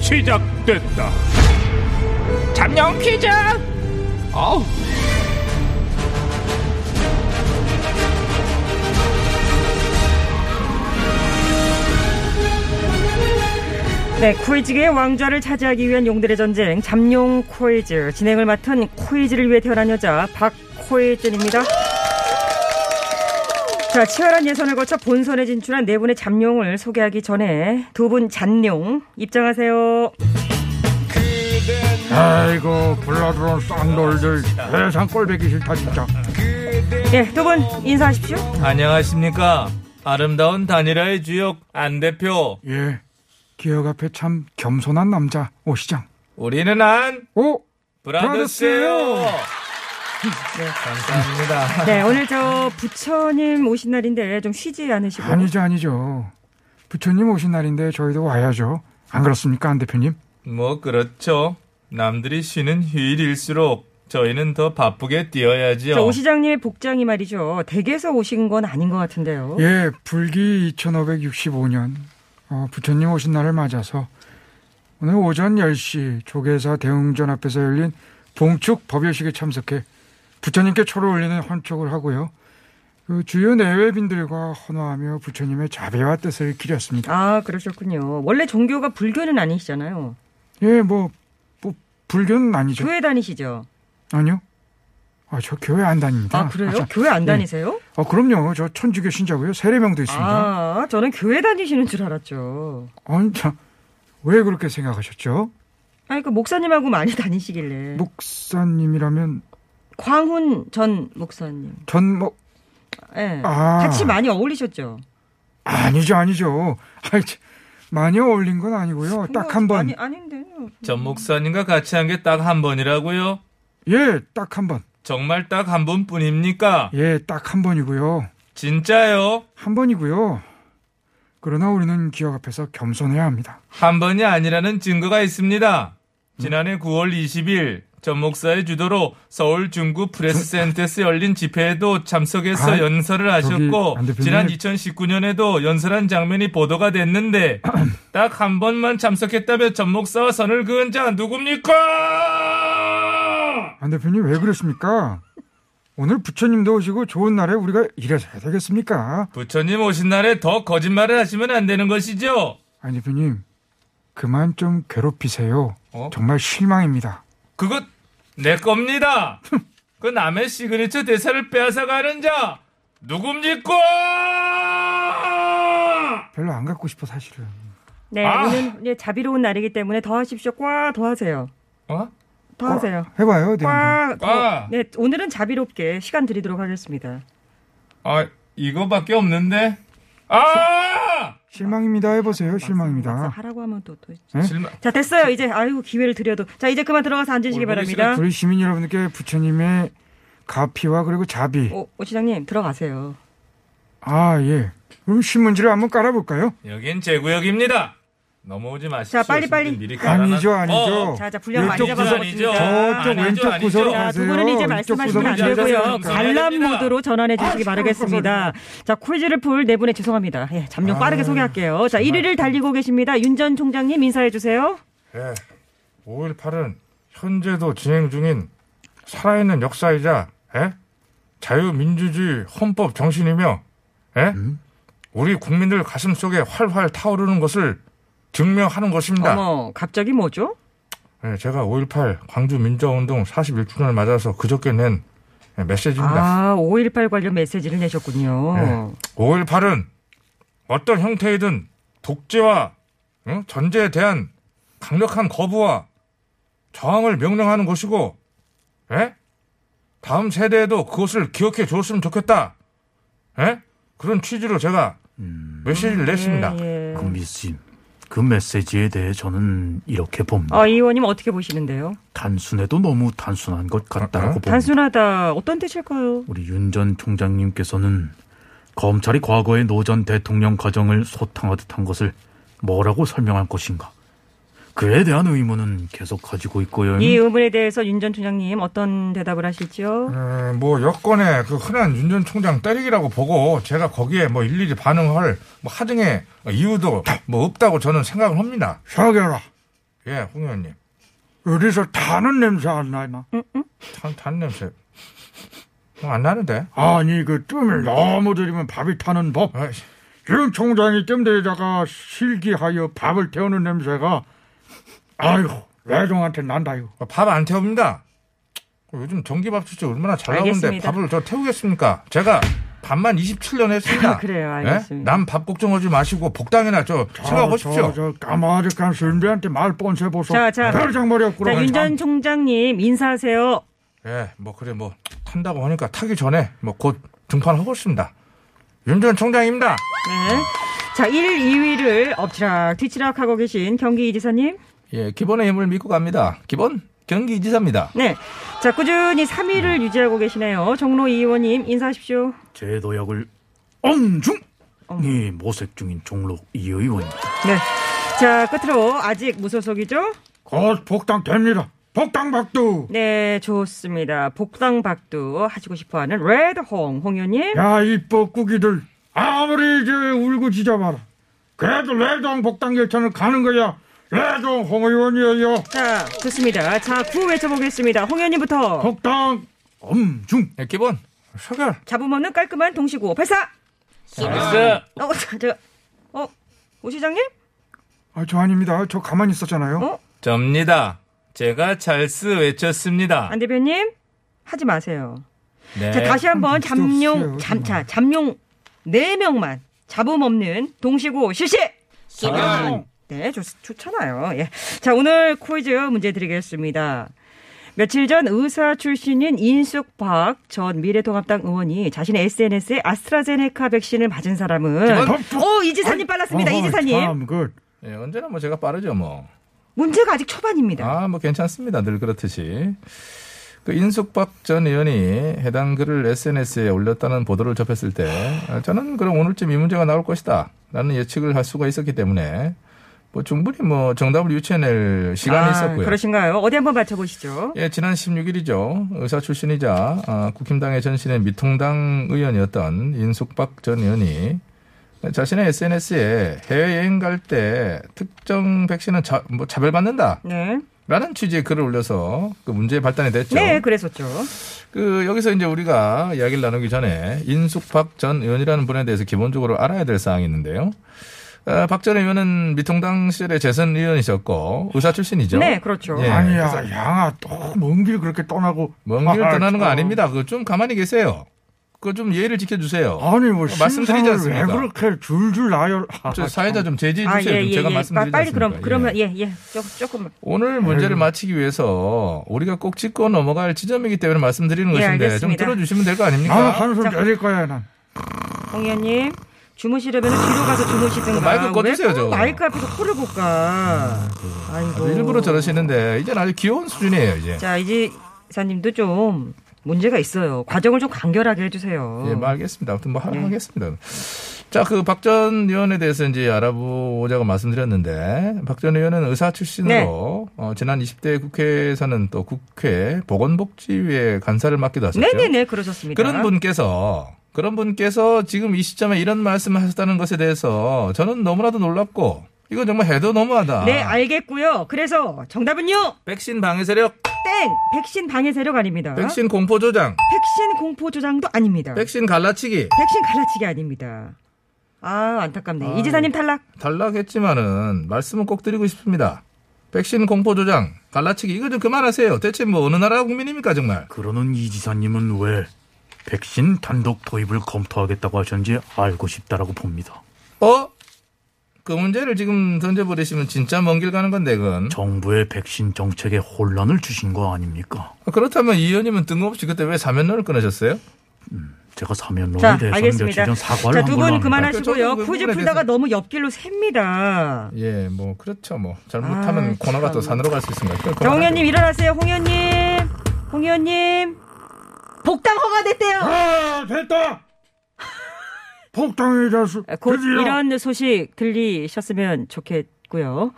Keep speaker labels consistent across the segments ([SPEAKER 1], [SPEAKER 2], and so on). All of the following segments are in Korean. [SPEAKER 1] 시작됐다. 잠룡 퀴즈! 어우.
[SPEAKER 2] 네, 코이즈계의 왕좌를 차지하기 위한 용들의 전쟁 잠룡 코이즈 진행을 맡은 코이즈를 위해 태어난 여자 박코이즈입니다. 자, 치열한 예선을 거쳐 본선에 진출한 네 분의 잠룡을 소개하기 전에 두 분 잔룡 입장하세요.
[SPEAKER 3] 아이고 불러들어온 쌍놀들 세상 꼴배기 싫다 진짜
[SPEAKER 2] 네, 두 분 인사하십시오.
[SPEAKER 4] 안녕하십니까. 아름다운 단일화의 주역 안 대표.
[SPEAKER 3] 예 기억 앞에 참 겸손한 남자 오시장 어?
[SPEAKER 4] 우리는 안
[SPEAKER 3] 오
[SPEAKER 4] 브라더스예요.
[SPEAKER 3] 브라더스예요.
[SPEAKER 4] 네, 감사합니다.
[SPEAKER 2] 네, 오늘 저 부처님 오신 날인데 좀 쉬지 않으시고.
[SPEAKER 3] 아니죠 아니죠 부처님 오신 날인데 저희도 와야죠 안 그렇습니까 안 대표님
[SPEAKER 4] 뭐 그렇죠. 남들이 쉬는 휴일일수록 저희는 더 바쁘게 뛰어야지요.
[SPEAKER 2] 저 오 시장님의 복장이 말이죠. 댁에서 오신 건 아닌 것 같은데요.
[SPEAKER 3] 예 불기 2565년 어, 부처님 오신 날을 맞아서 오늘 오전 10시 조계사 대웅전 앞에서 열린 봉축 법요식에 참석해 부처님께 초를 올리는 헌촉을 하고요 그 주요 내외빈들과 헌화하며 부처님의 자비와 뜻을 기렸습니다
[SPEAKER 2] 아, 그러셨군요. 원래 종교가 불교는 아니시잖아요.
[SPEAKER 3] 예, 뭐, 뭐 불교는 아니죠.
[SPEAKER 2] 교회 다니시죠?
[SPEAKER 3] 아니요. 아, 저 교회 안 다닙니다.
[SPEAKER 2] 아, 그래요?
[SPEAKER 3] 아, 저-
[SPEAKER 2] 교회 안
[SPEAKER 3] 예.
[SPEAKER 2] 다니세요?
[SPEAKER 3] 어, 그럼요. 저 천주교 신자고요. 세례명도 있습니다.
[SPEAKER 2] 아, 저는 교회 다니시는 줄 알았죠.
[SPEAKER 3] 아니, 참, 왜 그렇게 생각하셨죠?
[SPEAKER 2] 아니, 그 목사님하고 많이 다니시길래.
[SPEAKER 3] 목사님이라면
[SPEAKER 2] 광훈 전 목사님.
[SPEAKER 3] 전 뭐,
[SPEAKER 2] 예.
[SPEAKER 3] 아.
[SPEAKER 2] 같이 많이 어울리셨죠?
[SPEAKER 3] 아니죠, 아니죠. 아이, 참, 많이 어울린 건 아니고요. 딱 한 번.
[SPEAKER 2] 아니, 아닌데.
[SPEAKER 4] 전 목사님과 같이 한 게 딱 한 번이라고요.
[SPEAKER 3] 예, 딱 한 번.
[SPEAKER 4] 정말 딱 한 번뿐입니까?
[SPEAKER 3] 예, 딱 한 번이고요.
[SPEAKER 4] 진짜요?
[SPEAKER 3] 한 번이고요. 그러나 우리는 기억 앞에서 겸손해야 합니다.
[SPEAKER 4] 한 번이 아니라는 증거가 있습니다. 지난해 9월 20일 전 목사의 주도로 서울 중구 프레스센터에서 열린 집회에도 참석해서
[SPEAKER 3] 아,
[SPEAKER 4] 연설을 하셨고
[SPEAKER 3] 안 대표님.
[SPEAKER 4] 지난 2019년에도 연설한 장면이 보도가 됐는데 딱 한 번만 참석했다며 전 목사와 선을 그은 자 누굽니까?
[SPEAKER 3] 안 대표님 왜 그랬습니까? 오늘 부처님도 오시고 좋은 날에 우리가 일해서 해야 되겠습니까?
[SPEAKER 4] 부처님 오신 날에 더 거짓말을 하시면 안 되는 것이죠.
[SPEAKER 3] 안 대표님 그만 좀 괴롭히세요.
[SPEAKER 4] 어?
[SPEAKER 3] 정말 실망입니다.
[SPEAKER 4] 그거 내 겁니다. 그 남의 시그니처 대사를 빼앗아 가는 자 누굽니까?
[SPEAKER 3] 별로 안 갖고 싶어 사실은.
[SPEAKER 2] 네,
[SPEAKER 4] 아.
[SPEAKER 2] 오늘 이제 자비로운 날이기 때문에 더 하십시오. 꽉, 더 하세요.
[SPEAKER 4] 어?
[SPEAKER 2] 더 하세요.
[SPEAKER 3] 해봐요. 네,
[SPEAKER 2] 꽉,
[SPEAKER 3] 한번.
[SPEAKER 4] 꽉.
[SPEAKER 2] 네, 오늘은 자비롭게 시간 드리도록 하겠습니다.
[SPEAKER 4] 아 이거밖에 없는데. 아!
[SPEAKER 3] 실망입니다. 해보세요.
[SPEAKER 2] 막상
[SPEAKER 3] 실망입니다.
[SPEAKER 2] 하라고 하면 또 또.
[SPEAKER 4] 실망.
[SPEAKER 2] 자, 됐어요. 이제 아이고 기회를 드려도. 자, 이제 그만 들어가서 앉으시기
[SPEAKER 4] 얼굴이
[SPEAKER 2] 바랍니다.
[SPEAKER 3] 우리 시민 여러분께 부처님의 가피와 그리고 자비.
[SPEAKER 2] 오, 오 시장님 들어가세요.
[SPEAKER 3] 아 예. 그럼 신문지를 한번 깔아볼까요?
[SPEAKER 4] 여긴 제 구역입니다. 넘어오지 마십시오.
[SPEAKER 2] 자, 빨리, 빨리.
[SPEAKER 4] 지금 미리
[SPEAKER 3] 아니죠,
[SPEAKER 4] 깔아놔.
[SPEAKER 3] 아니죠.
[SPEAKER 4] 어, 어.
[SPEAKER 2] 자, 자, 분량 많이
[SPEAKER 3] 왼쪽
[SPEAKER 2] 잡아봤습니다.
[SPEAKER 4] 구석이죠. 저-
[SPEAKER 3] 저쪽
[SPEAKER 4] 아니죠,
[SPEAKER 3] 왼쪽
[SPEAKER 4] 아니죠.
[SPEAKER 3] 구석으로
[SPEAKER 2] 자,
[SPEAKER 3] 가세요.
[SPEAKER 2] 두 분은 이제
[SPEAKER 3] 왼쪽
[SPEAKER 2] 말씀하시면 안
[SPEAKER 3] 구석으로
[SPEAKER 4] 구석으로
[SPEAKER 2] 되고요.
[SPEAKER 4] 앉아서
[SPEAKER 2] 관람
[SPEAKER 4] 앉아서
[SPEAKER 2] 모드로 전환해 주시기 바라겠습니다. 자, 퀴즈를 풀 네 분의 죄송합니다. 예,
[SPEAKER 3] 아.
[SPEAKER 2] 잠룡 빠르게 소개할게요. 자, 1위를 달리고 계십니다. 윤 전 총장님 인사해 주세요.
[SPEAKER 5] 5.18은 현재도 진행 중인 살아있는 역사이자 예? 자유민주주의 헌법 정신이며 예? 우리 국민들 가슴 속에 활활 타오르는 것을 증명하는
[SPEAKER 3] 네.
[SPEAKER 5] 것입니다.
[SPEAKER 2] 어머, 갑자기 뭐죠?
[SPEAKER 5] 예, 제가 5.18 광주민주화운동 41주년을 맞아서 그저께 낸 예,
[SPEAKER 3] 네.
[SPEAKER 5] 메시지입니다.
[SPEAKER 2] 아, 5.18 관련 메시지를 내셨군요.
[SPEAKER 5] 5.18은 어떤 형태이든 독재와 응? 전제에 대한 강력한 거부와 저항을 명령하는 것이고, 예? 다음 세대에도 그것을 기억해 줬으면 좋겠다. 예? 그런 취지로 제가 메시지를 냈습니다.
[SPEAKER 2] 예, 예.
[SPEAKER 3] 국민심.
[SPEAKER 6] 그 메시지에 대해 저는 이렇게 봅니다.
[SPEAKER 2] 아, 이 의원님 어떻게 보시는데요?
[SPEAKER 6] 단순해도 너무 단순한 것 같다라고 봅니다.
[SPEAKER 2] 단순하다. 어떤 뜻일까요?
[SPEAKER 6] 우리 윤 전 총장님께서는 검찰이 과거의 노 전 대통령 가정을 소탕하듯 한 것을 뭐라고 설명할 것인가? 그에 대한 의문은 계속 가지고 있고요.
[SPEAKER 2] 이 의문에 대해서 윤 전 총장님 어떤 대답을 하실지요?
[SPEAKER 5] 에, 뭐 여권의 그 흔한 윤 전 총장 때리기라고 보고 제가 거기에 뭐 일일이 반응할 뭐 하등의 이유도 뭐 없다고 저는 생각을 합니다.
[SPEAKER 3] 사겨라.
[SPEAKER 5] 예, 홍 의원님.
[SPEAKER 3] 어디서 타는 냄새 안 나나?
[SPEAKER 5] 탄, 탄 냄새. 어, 안 나는데?
[SPEAKER 3] 아니 그 뜸을 너무 들이면 밥이 타는 법.
[SPEAKER 5] 아이씨.
[SPEAKER 3] 지금 총장이 뜸대에다가 실기하여 밥을 태우는 냄새가 아이고 외종한테 난다요.
[SPEAKER 5] 밥 안 태웁니다. 어, 요즘 전기밥솥이 얼마나 잘 나오는데
[SPEAKER 2] 알겠습니다.
[SPEAKER 5] 밥을 저 태우겠습니까? 제가 밥만 27년 했습니다.
[SPEAKER 2] 그래요,
[SPEAKER 5] 예?
[SPEAKER 2] 알겠습니다.
[SPEAKER 5] 남 밥 걱정하지 마시고 복당이나 저 생각하십시오.
[SPEAKER 3] 저, 저 까마득한 선배한테 말 뻔세 보소.
[SPEAKER 2] 자, 자.
[SPEAKER 3] 별장머리 없구나.
[SPEAKER 2] 자, 윤 전 총장님 인사하세요.
[SPEAKER 5] 예, 뭐 그래 뭐 탄다고 하니까 타기 전에 뭐 곧 등판하고 있습니다. 윤 전 총장입니다.
[SPEAKER 2] 네. 자, 1, 2위를 엎치락 뒤치락 하고 계신 경기 이지사님.
[SPEAKER 4] 예, 기본의 힘을 믿고 갑니다. 기본 경기지사입니다.
[SPEAKER 2] 네. 자, 꾸준히 3위를 유지하고 계시네요. 정로 이 의원님 인사하십시오.
[SPEAKER 6] 제 도약을 엄중히 모색 중인 종로 이 의원입니다.
[SPEAKER 2] 네. 자, 끝으로 아직 무소속이죠?
[SPEAKER 3] 곧 복당 됩니다. 복당 박두.
[SPEAKER 2] 네, 좋습니다. 복당박두 하시고 싶어하는 레드홍 홍 의원님.
[SPEAKER 3] 야 이 뻐꾸기들 아무리 이제 울고 지져봐라. 그래도 레동 복당 열차는 가는 거야. 레동 홍 의원이에요.
[SPEAKER 2] 자, 좋습니다. 자, 구 외쳐보겠습니다. 홍 의원님부터
[SPEAKER 3] 복당.
[SPEAKER 6] 엄중
[SPEAKER 4] 예, 기본
[SPEAKER 5] 서결.
[SPEAKER 2] 잡음없는 깔끔한 동시구 발사.
[SPEAKER 4] 나이스.
[SPEAKER 5] 아,
[SPEAKER 2] 어, 자, 저, 어, 오 시장님?
[SPEAKER 3] 아, 저 아닙니다. 저 가만히 있었잖아요.
[SPEAKER 2] 어?
[SPEAKER 4] 접니다. 제가 잘스 외쳤습니다.
[SPEAKER 2] 안 대표님 하지 마세요.
[SPEAKER 4] 네.
[SPEAKER 2] 자, 다시 한번
[SPEAKER 3] 진짜 없어요,
[SPEAKER 2] 잠룡
[SPEAKER 3] 정말.
[SPEAKER 2] 잠차 잠룡 네 명만 잡음 없는 동시구 실시. 네, 좋, 좋잖아요. 예. 자, 오늘 퀴즈 문제 드리겠습니다. 며칠 전 의사 출신인 인숙박 전 미래통합당 의원이 자신의 SNS에 아스트라제네카 백신을 맞은 사람은 오 이지사님 빨랐습니다.
[SPEAKER 3] 어, 어허,
[SPEAKER 2] 이지사님
[SPEAKER 3] 참, 그,
[SPEAKER 4] 예, 언제나 뭐 제가 빠르죠 뭐.
[SPEAKER 2] 문제가 아직 초반입니다.
[SPEAKER 4] 아, 뭐 괜찮습니다. 늘 그렇듯이. 그 인숙박 전 의원이 해당 글을 SNS에 올렸다는 보도를 접했을 때 아, 저는 그럼 오늘쯤 이 문제가 나올 것이다. 라는 예측을 할 수가 있었기 때문에 뭐 충분히 뭐 정답을 유추해낼 시간이
[SPEAKER 2] 아,
[SPEAKER 4] 있었고요.
[SPEAKER 2] 그러신가요? 어디 한번 맞춰보시죠.
[SPEAKER 4] 예, 지난 16일이죠. 의사 출신이자 아, 국힘당의 전신의 미통당 의원이었던 인숙박 전 의원이 자신의 SNS에 해외여행 갈 때 특정 백신은 자, 뭐 차별받는다.
[SPEAKER 2] 네,
[SPEAKER 4] 라는 취지의 글을 올려서 그 문제의 발단이 됐죠.
[SPEAKER 2] 네, 그랬었죠.
[SPEAKER 4] 그 여기서 이제 우리가 이야기를 나누기 전에 인숙박 전 의원이라는 분에 대해서 기본적으로 알아야 될 사항이 있는데요. 아, 박 전 의원은 미통당 시절에 재선 의원이셨고 의사 출신이죠.
[SPEAKER 2] 네, 그렇죠.
[SPEAKER 4] 예.
[SPEAKER 3] 아니야, 양아, 또 먼 길 그렇게 떠나고.
[SPEAKER 4] 먼길
[SPEAKER 3] 아,
[SPEAKER 4] 떠나는 거
[SPEAKER 3] 참.
[SPEAKER 4] 아닙니다. 그거 좀 가만히 계세요. 그거 좀 예의를 지켜주세요. 어,
[SPEAKER 3] 아니, 뭐,
[SPEAKER 4] 말씀드리지
[SPEAKER 3] 말씀드리지 않습니까? 왜
[SPEAKER 4] 않습니까?
[SPEAKER 3] 그렇게 줄줄 나열. 아,
[SPEAKER 4] 저 사회자 좀 제지해
[SPEAKER 2] 아,
[SPEAKER 4] 주세요.
[SPEAKER 2] 예,
[SPEAKER 4] 좀
[SPEAKER 2] 예,
[SPEAKER 4] 제가
[SPEAKER 2] 예.
[SPEAKER 4] 말씀드리지
[SPEAKER 2] 빨리
[SPEAKER 4] 않습니까?
[SPEAKER 2] 그럼
[SPEAKER 4] 예.
[SPEAKER 2] 그러면 예, 예. 조, 조금
[SPEAKER 4] 오늘 문제를 마치기 위해서 우리가 꼭 짚고 넘어갈 지점이기 때문에 말씀드리는
[SPEAKER 2] 예,
[SPEAKER 4] 것인데 좀
[SPEAKER 2] 알겠습니다.
[SPEAKER 4] 들어주시면 될 거
[SPEAKER 3] 아,
[SPEAKER 4] 아닙니까?
[SPEAKER 3] 한숨
[SPEAKER 2] 자.
[SPEAKER 3] 내릴 거야, 난.
[SPEAKER 2] 홍 의원님 주무시려면 뒤로 가서 주무시든가.
[SPEAKER 4] 어, 마이크 꺼주세요,
[SPEAKER 2] 왜
[SPEAKER 4] 저거. 아, 그
[SPEAKER 2] 마이크 앞에서 코를 볼까. 아이고.
[SPEAKER 4] 일부러 저러시는데 이제 아주 귀여운 수준이에요. 이제.
[SPEAKER 2] 자, 이제 이사님도 좀 문제가 있어요. 과정을 좀 간결하게 해주세요.
[SPEAKER 4] 예, 뭐 알겠습니다. 아무튼 뭐 하-
[SPEAKER 2] 음.
[SPEAKER 4] 하겠습니다. 자, 그 박 전 의원에 대해서 이제 알아보자고 말씀드렸는데 박 전 의원은 의사
[SPEAKER 2] 네.
[SPEAKER 4] 출신으로 어, 지난 20대 국회에서는 또 국회 보건복지위에 간사를 맡기도 하셨죠.
[SPEAKER 2] 네네네, 그러셨습니다.
[SPEAKER 4] 그런 분께서 그런 분께서 지금 이 시점에 이런 말씀을 하셨다는 것에 대해서 저는 너무나도 놀랍고 이건 정말 해도 너무하다.
[SPEAKER 2] 네, 알겠고요. 그래서 정답은요.
[SPEAKER 4] 백신 방해 세력,
[SPEAKER 2] 땡! 백신 방해 세력 아닙니다.
[SPEAKER 4] 백신 공포 조장,
[SPEAKER 2] 백신 공포 조장도 아닙니다.
[SPEAKER 4] 백신 갈라치기
[SPEAKER 2] 백신 갈라치기 아닙니다. 아, 안타깝네. 이지사님 탈락.
[SPEAKER 4] 탈락했지만은 말씀은 꼭 드리고 싶습니다. 백신 공포 조장, 갈라치기 이거 좀 그만하세요. 대체 뭐 어느 나라 국민입니까 정말?
[SPEAKER 6] 그러는 이 지사님은 왜 백신 단독 도입을 검토하겠다고 하셨는지 알고 싶다라고 봅니다.
[SPEAKER 4] 어? 그 문제를 지금 던져버리시면 진짜 먼 길 가는 건데 그건.
[SPEAKER 6] 음? 정부의 백신 정책에 혼란을 주신 거 아닙니까?
[SPEAKER 4] 그렇다면 이 의원님은 뜬금없이 그때 왜 사면론을 끊으셨어요?
[SPEAKER 6] 제가 사면론에
[SPEAKER 2] 자,
[SPEAKER 6] 대해서 며칠
[SPEAKER 2] 알겠습니다.
[SPEAKER 6] 전 사과를
[SPEAKER 2] 자,
[SPEAKER 6] 한
[SPEAKER 2] 두
[SPEAKER 6] 걸로
[SPEAKER 2] 분
[SPEAKER 6] 압니다.
[SPEAKER 4] 저는
[SPEAKER 2] 그만하시고요.
[SPEAKER 4] 그
[SPEAKER 2] 퀴즈
[SPEAKER 4] 부분에
[SPEAKER 2] 풀다가
[SPEAKER 4] 대해서-
[SPEAKER 2] 너무 옆길로 셉니다.
[SPEAKER 4] 예, 뭐 그렇죠. 뭐
[SPEAKER 2] 아,
[SPEAKER 4] 잘못하면 코너가 또
[SPEAKER 2] 참.
[SPEAKER 4] 산으로 갈 수 있습니다. 그걸
[SPEAKER 2] 자, 홍
[SPEAKER 4] 그만하죠.
[SPEAKER 2] 의원님 일어나세요. 홍 의원님. 홍 의원님. 복당 허가됐대요.
[SPEAKER 3] 아, 됐다! 폭당의 자수.
[SPEAKER 2] 아, 곧
[SPEAKER 3] 아, 드디어.
[SPEAKER 2] 이런 소식 들리셨으면 좋겠고요.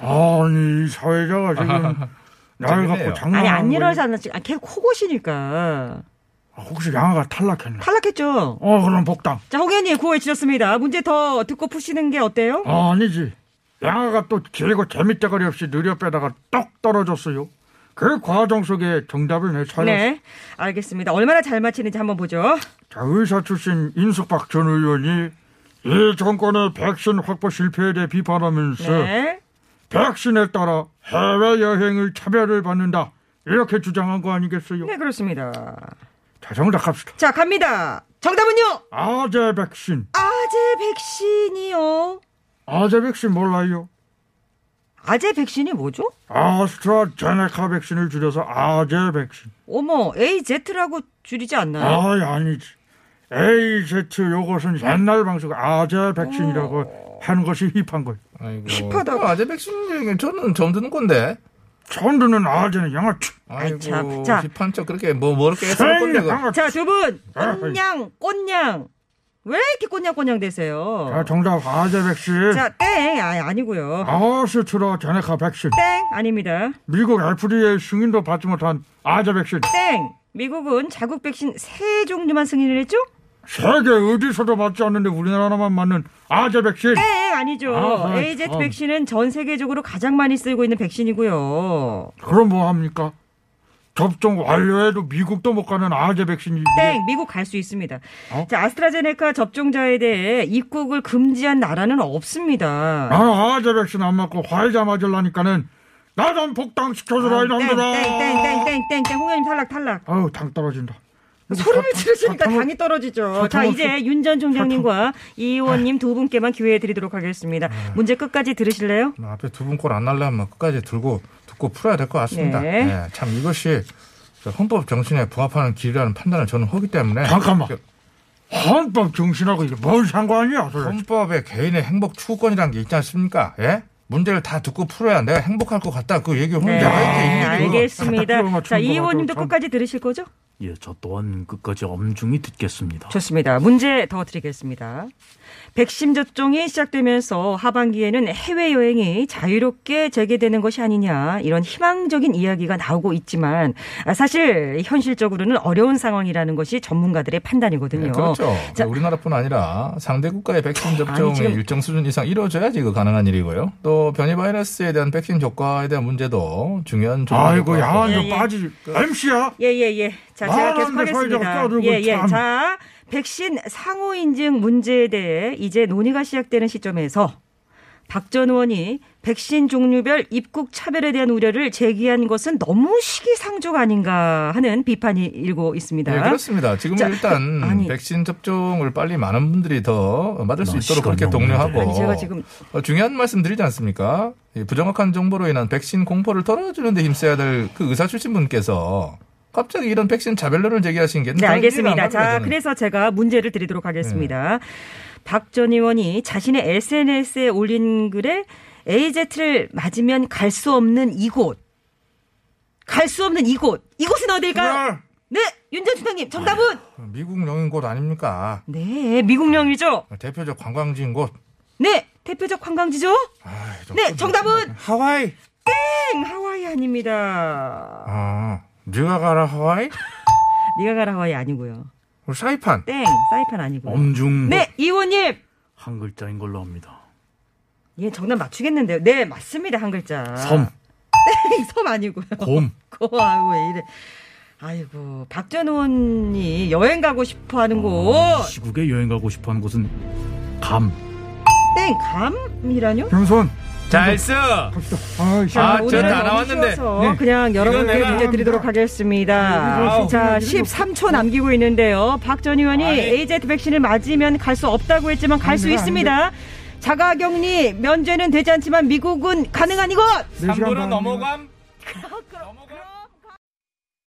[SPEAKER 3] 아니, 이 사회자가 지금 나를
[SPEAKER 4] 재밌네요.
[SPEAKER 3] 갖고 장난하는
[SPEAKER 2] 아니 안
[SPEAKER 3] 거예요.
[SPEAKER 2] 일어나지 않았지. 아, 계속 코고시니까
[SPEAKER 3] 아, 혹시 양아가 탈락했나?
[SPEAKER 2] 탈락했죠.
[SPEAKER 3] 어, 그럼 복당.
[SPEAKER 2] 자, 홍 의원님 구호해 주셨습니다. 문제 더 듣고 푸시는 게 어때요?
[SPEAKER 3] 아, 아니지. 양아가 또 길고 재밌대거리 없이 느려 빼다가 떡 떨어졌어요. 그 과정 속에 정답을 내 찾았어.
[SPEAKER 2] 네, 알겠습니다. 얼마나 잘 맞히는지 한번 보죠.
[SPEAKER 3] 자, 의사 출신 인숙박 전 의원이 이 정권의 백신 확보 실패에 대해 비판하면서
[SPEAKER 2] 네,
[SPEAKER 3] 백신에 따라 해외여행의 차별을 받는다. 이렇게 주장한 거 아니겠어요?
[SPEAKER 2] 네 그렇습니다.
[SPEAKER 3] 자, 정답합시다.
[SPEAKER 2] 자, 갑니다. 정답은요.
[SPEAKER 3] 아재 백신.
[SPEAKER 2] 아재 백신이요.
[SPEAKER 3] 아재 백신 몰라요?
[SPEAKER 2] 아재 백신이 뭐죠?
[SPEAKER 3] 아스트라제네카 백신을 줄여서 아재 백신.
[SPEAKER 2] 어머, AZ라고 줄이지 않나요?
[SPEAKER 3] 아이, 아니지. AZ 요것은 옛날 방식 아재 백신이라고 하는 것이 힙한 거예요.
[SPEAKER 4] 아이고.
[SPEAKER 2] 힙하다고.
[SPEAKER 4] 어, 아재 백신 얘기는 저는 처음 듣는 건데.
[SPEAKER 3] 처음 듣는 아재는 영어 치.
[SPEAKER 4] 아이고.
[SPEAKER 2] 참. 자.
[SPEAKER 4] 비판적 그렇게 뭐 뭐렇게 해서 건데. 그거.
[SPEAKER 3] 영어
[SPEAKER 2] 자, 두 분.
[SPEAKER 3] 아,
[SPEAKER 2] 꽃냥, 꽃냥. 왜 이렇게 꽃냥꽃냥 되세요?
[SPEAKER 3] 자, 정답 아재 백신.
[SPEAKER 2] 자, 땡. 아, 아니고요.
[SPEAKER 3] 아스트라 제네카 백신.
[SPEAKER 2] 땡. 아닙니다.
[SPEAKER 3] 미국 FDA 승인도 받지 못한 아재 백신.
[SPEAKER 2] 땡. 미국은 자국 백신 세 종류만 승인을 했죠?
[SPEAKER 3] 세계 어디서도 맞지 않는데 우리나라만 맞는 아재 백신.
[SPEAKER 2] 땡. 아니죠.
[SPEAKER 3] 아, 아이,
[SPEAKER 2] AZ
[SPEAKER 3] 참.
[SPEAKER 2] 백신은 전 세계적으로 가장 많이 쓰이고 있는 백신이고요.
[SPEAKER 3] 그럼 뭐 합니까? 접종 완료해도 미국도 못 가는 아재 백신이.
[SPEAKER 2] 땡 미국 갈 수 있습니다.
[SPEAKER 3] 어?
[SPEAKER 2] 자 아스트라제네카 접종자에 대해 입국을 금지한 나라는 없습니다.
[SPEAKER 3] 나는 아재 백신 안 맞고 화이자 맞으려니까는 나 좀 복당 시켜주라 이놈들아.
[SPEAKER 2] 아, 땡땡땡땡땡땡땡 홍현님 탈락 탈락.
[SPEAKER 3] 아우 당 떨어진다.
[SPEAKER 2] 소리를 지르시니까
[SPEAKER 3] 사탕-
[SPEAKER 2] 당이 떨어지죠.
[SPEAKER 3] 사탕
[SPEAKER 2] 자
[SPEAKER 3] 없어.
[SPEAKER 2] 이제 윤 전 총장님과 이 의원님 두 분께만 기회 드리도록 하겠습니다. 문제 끝까지 들으실래요?
[SPEAKER 5] 뭐 앞에 두 분 꼴 안 날려면 끝까지 들고 듣고 풀어야 될 것 같습니다.
[SPEAKER 2] 네.
[SPEAKER 5] 예, 참 이것이 저 헌법 정신에 부합하는 길이라는 판단을 저는 하기 때문에
[SPEAKER 3] 잠깐만. 헌법 정신하고 이게 뭔 상관이야? 도대체.
[SPEAKER 5] 헌법에 개인의 행복 추구권이라는 게 있지 않습니까? 예? 문제를 다 듣고 풀어야 내가 행복할 것 같다 그 얘기
[SPEAKER 2] 네,
[SPEAKER 5] 하는데 왜 이렇게 일일이
[SPEAKER 2] 알겠습니다.
[SPEAKER 3] 사탕
[SPEAKER 2] 자 이
[SPEAKER 3] 먹어가지고
[SPEAKER 2] 의원님도
[SPEAKER 3] 참.
[SPEAKER 2] 끝까지 들으실 거죠?
[SPEAKER 6] 예, 저 또한 끝까지 엄중히 듣겠습니다.
[SPEAKER 2] 좋습니다. 문제 더 드리겠습니다. 백신 접종이 시작되면서 하반기에는 해외여행이 자유롭게 재개되는 것이 아니냐 이런 희망적인 이야기가 나오고 있지만 아, 사실 현실적으로는 어려운 상황이라는 것이 전문가들의 판단이거든요.
[SPEAKER 4] 네, 그렇죠.
[SPEAKER 2] 자,
[SPEAKER 4] 우리나라뿐 아니라 상대 국가의 백신 접종이
[SPEAKER 2] 지금-
[SPEAKER 4] 일정 수준 이상 이루어져야지 그 가능한 일이고요. 또 변이 바이러스에 대한 백신 효과에 대한 문제도 중요한 조건일
[SPEAKER 3] 아이고
[SPEAKER 4] 것 같고.
[SPEAKER 3] 야너
[SPEAKER 2] 예, 예.
[SPEAKER 3] 빠지. MC야?
[SPEAKER 2] 예, 예, 예. 자, 제가
[SPEAKER 3] 말하는데 사회자가
[SPEAKER 2] 계속하겠습니다.
[SPEAKER 3] 껴들고
[SPEAKER 2] 예, 예.
[SPEAKER 3] 참.
[SPEAKER 2] 자, 백신 상호 인증 문제에 대해 이제 논의가 시작되는 시점에서 박 전 의원이 백신 종류별 입국 차별에 대한 우려를 제기한 것은 너무 시기상조가 아닌가 하는 비판이 일고 있습니다.
[SPEAKER 3] 네,
[SPEAKER 4] 예, 그렇습니다. 지금은
[SPEAKER 2] 자,
[SPEAKER 4] 일단
[SPEAKER 2] 아니. 아,
[SPEAKER 4] 백신 접종을 빨리 많은 분들이 더 맞을 수
[SPEAKER 6] 나
[SPEAKER 4] 있도록 그렇게
[SPEAKER 6] 시간 너무
[SPEAKER 4] 독려하고
[SPEAKER 2] 아니, 제가 지금-
[SPEAKER 4] 어, 중요한 말씀 드리지 않습니까? 이 부정확한 정보로 인한 백신 공포를 덜어주는 데 힘써야 될 그 의사 출신 분께서 갑자기 이런 백신 자별론을 제기하신 게
[SPEAKER 2] 네,
[SPEAKER 4] 저는 이해가
[SPEAKER 2] 알겠습니다.
[SPEAKER 4] 안 갑니다,
[SPEAKER 2] 자,
[SPEAKER 4] 저는. 네.
[SPEAKER 2] 그래서 제가 문제를 드리도록 하겠습니다. 박 전 의원이 자신의 SNS에 올린 글에 AZ를 맞으면 갈 수 없는 이곳. 갈 수 없는 이곳. 이곳은 어딜까요? 네, 윤전 총장님, 정답은?
[SPEAKER 5] 미국 영인 곳 아닙니까?
[SPEAKER 2] 네, 미국령이죠?
[SPEAKER 5] 대표적 관광지인 곳.
[SPEAKER 2] 네, 대표적 관광지죠?
[SPEAKER 5] 아이, 좀
[SPEAKER 2] 네, 정답은?
[SPEAKER 5] 하와이.
[SPEAKER 2] 땡! 하와이 아닙니다.
[SPEAKER 5] 아, 네가 가라 하와이?
[SPEAKER 2] 니가 가라 하와이 아니고요.
[SPEAKER 5] 우리 사이판.
[SPEAKER 2] 땡! 사이판 아니고요.
[SPEAKER 6] 엄중
[SPEAKER 2] 네, 이 의원님!
[SPEAKER 6] 한 글자인 걸로 합니다.
[SPEAKER 2] 예, 정답 맞추겠는데요. 네, 맞습니다. 한 글자.
[SPEAKER 6] 섬,
[SPEAKER 2] 섬 아니고요.
[SPEAKER 6] 곰.
[SPEAKER 2] 고 아이고 왜 이래. 아이고 박 전 의원이 여행 가고 싶어하는
[SPEAKER 6] 아,
[SPEAKER 2] 곳.
[SPEAKER 6] 시국에 여행 가고 싶어하는 곳은 감.
[SPEAKER 2] 땡 감이라뇨?
[SPEAKER 3] 병선.
[SPEAKER 1] 잘 써.
[SPEAKER 3] 아이씨.
[SPEAKER 1] 아,
[SPEAKER 2] 오늘은
[SPEAKER 1] 저다
[SPEAKER 2] 너무
[SPEAKER 1] 나왔는데.
[SPEAKER 2] 쉬워서
[SPEAKER 3] 네.
[SPEAKER 2] 그냥 여러분께
[SPEAKER 1] 내가
[SPEAKER 2] 문제 드리도록 하겠습니다.
[SPEAKER 1] 아우.
[SPEAKER 2] 자, 13초 남기고 있는데요. 박 전 의원이
[SPEAKER 1] 아니. 네.
[SPEAKER 2] AZ 백신을 맞으면 갈 수 없다고 했지만 갈 수
[SPEAKER 3] 안 돼, 안
[SPEAKER 2] 있습니다. 자가격리 면제는 되지 않지만 미국은 가능한 이곳.
[SPEAKER 3] 네 시간
[SPEAKER 1] 3부로
[SPEAKER 3] 반.
[SPEAKER 1] 넘어감.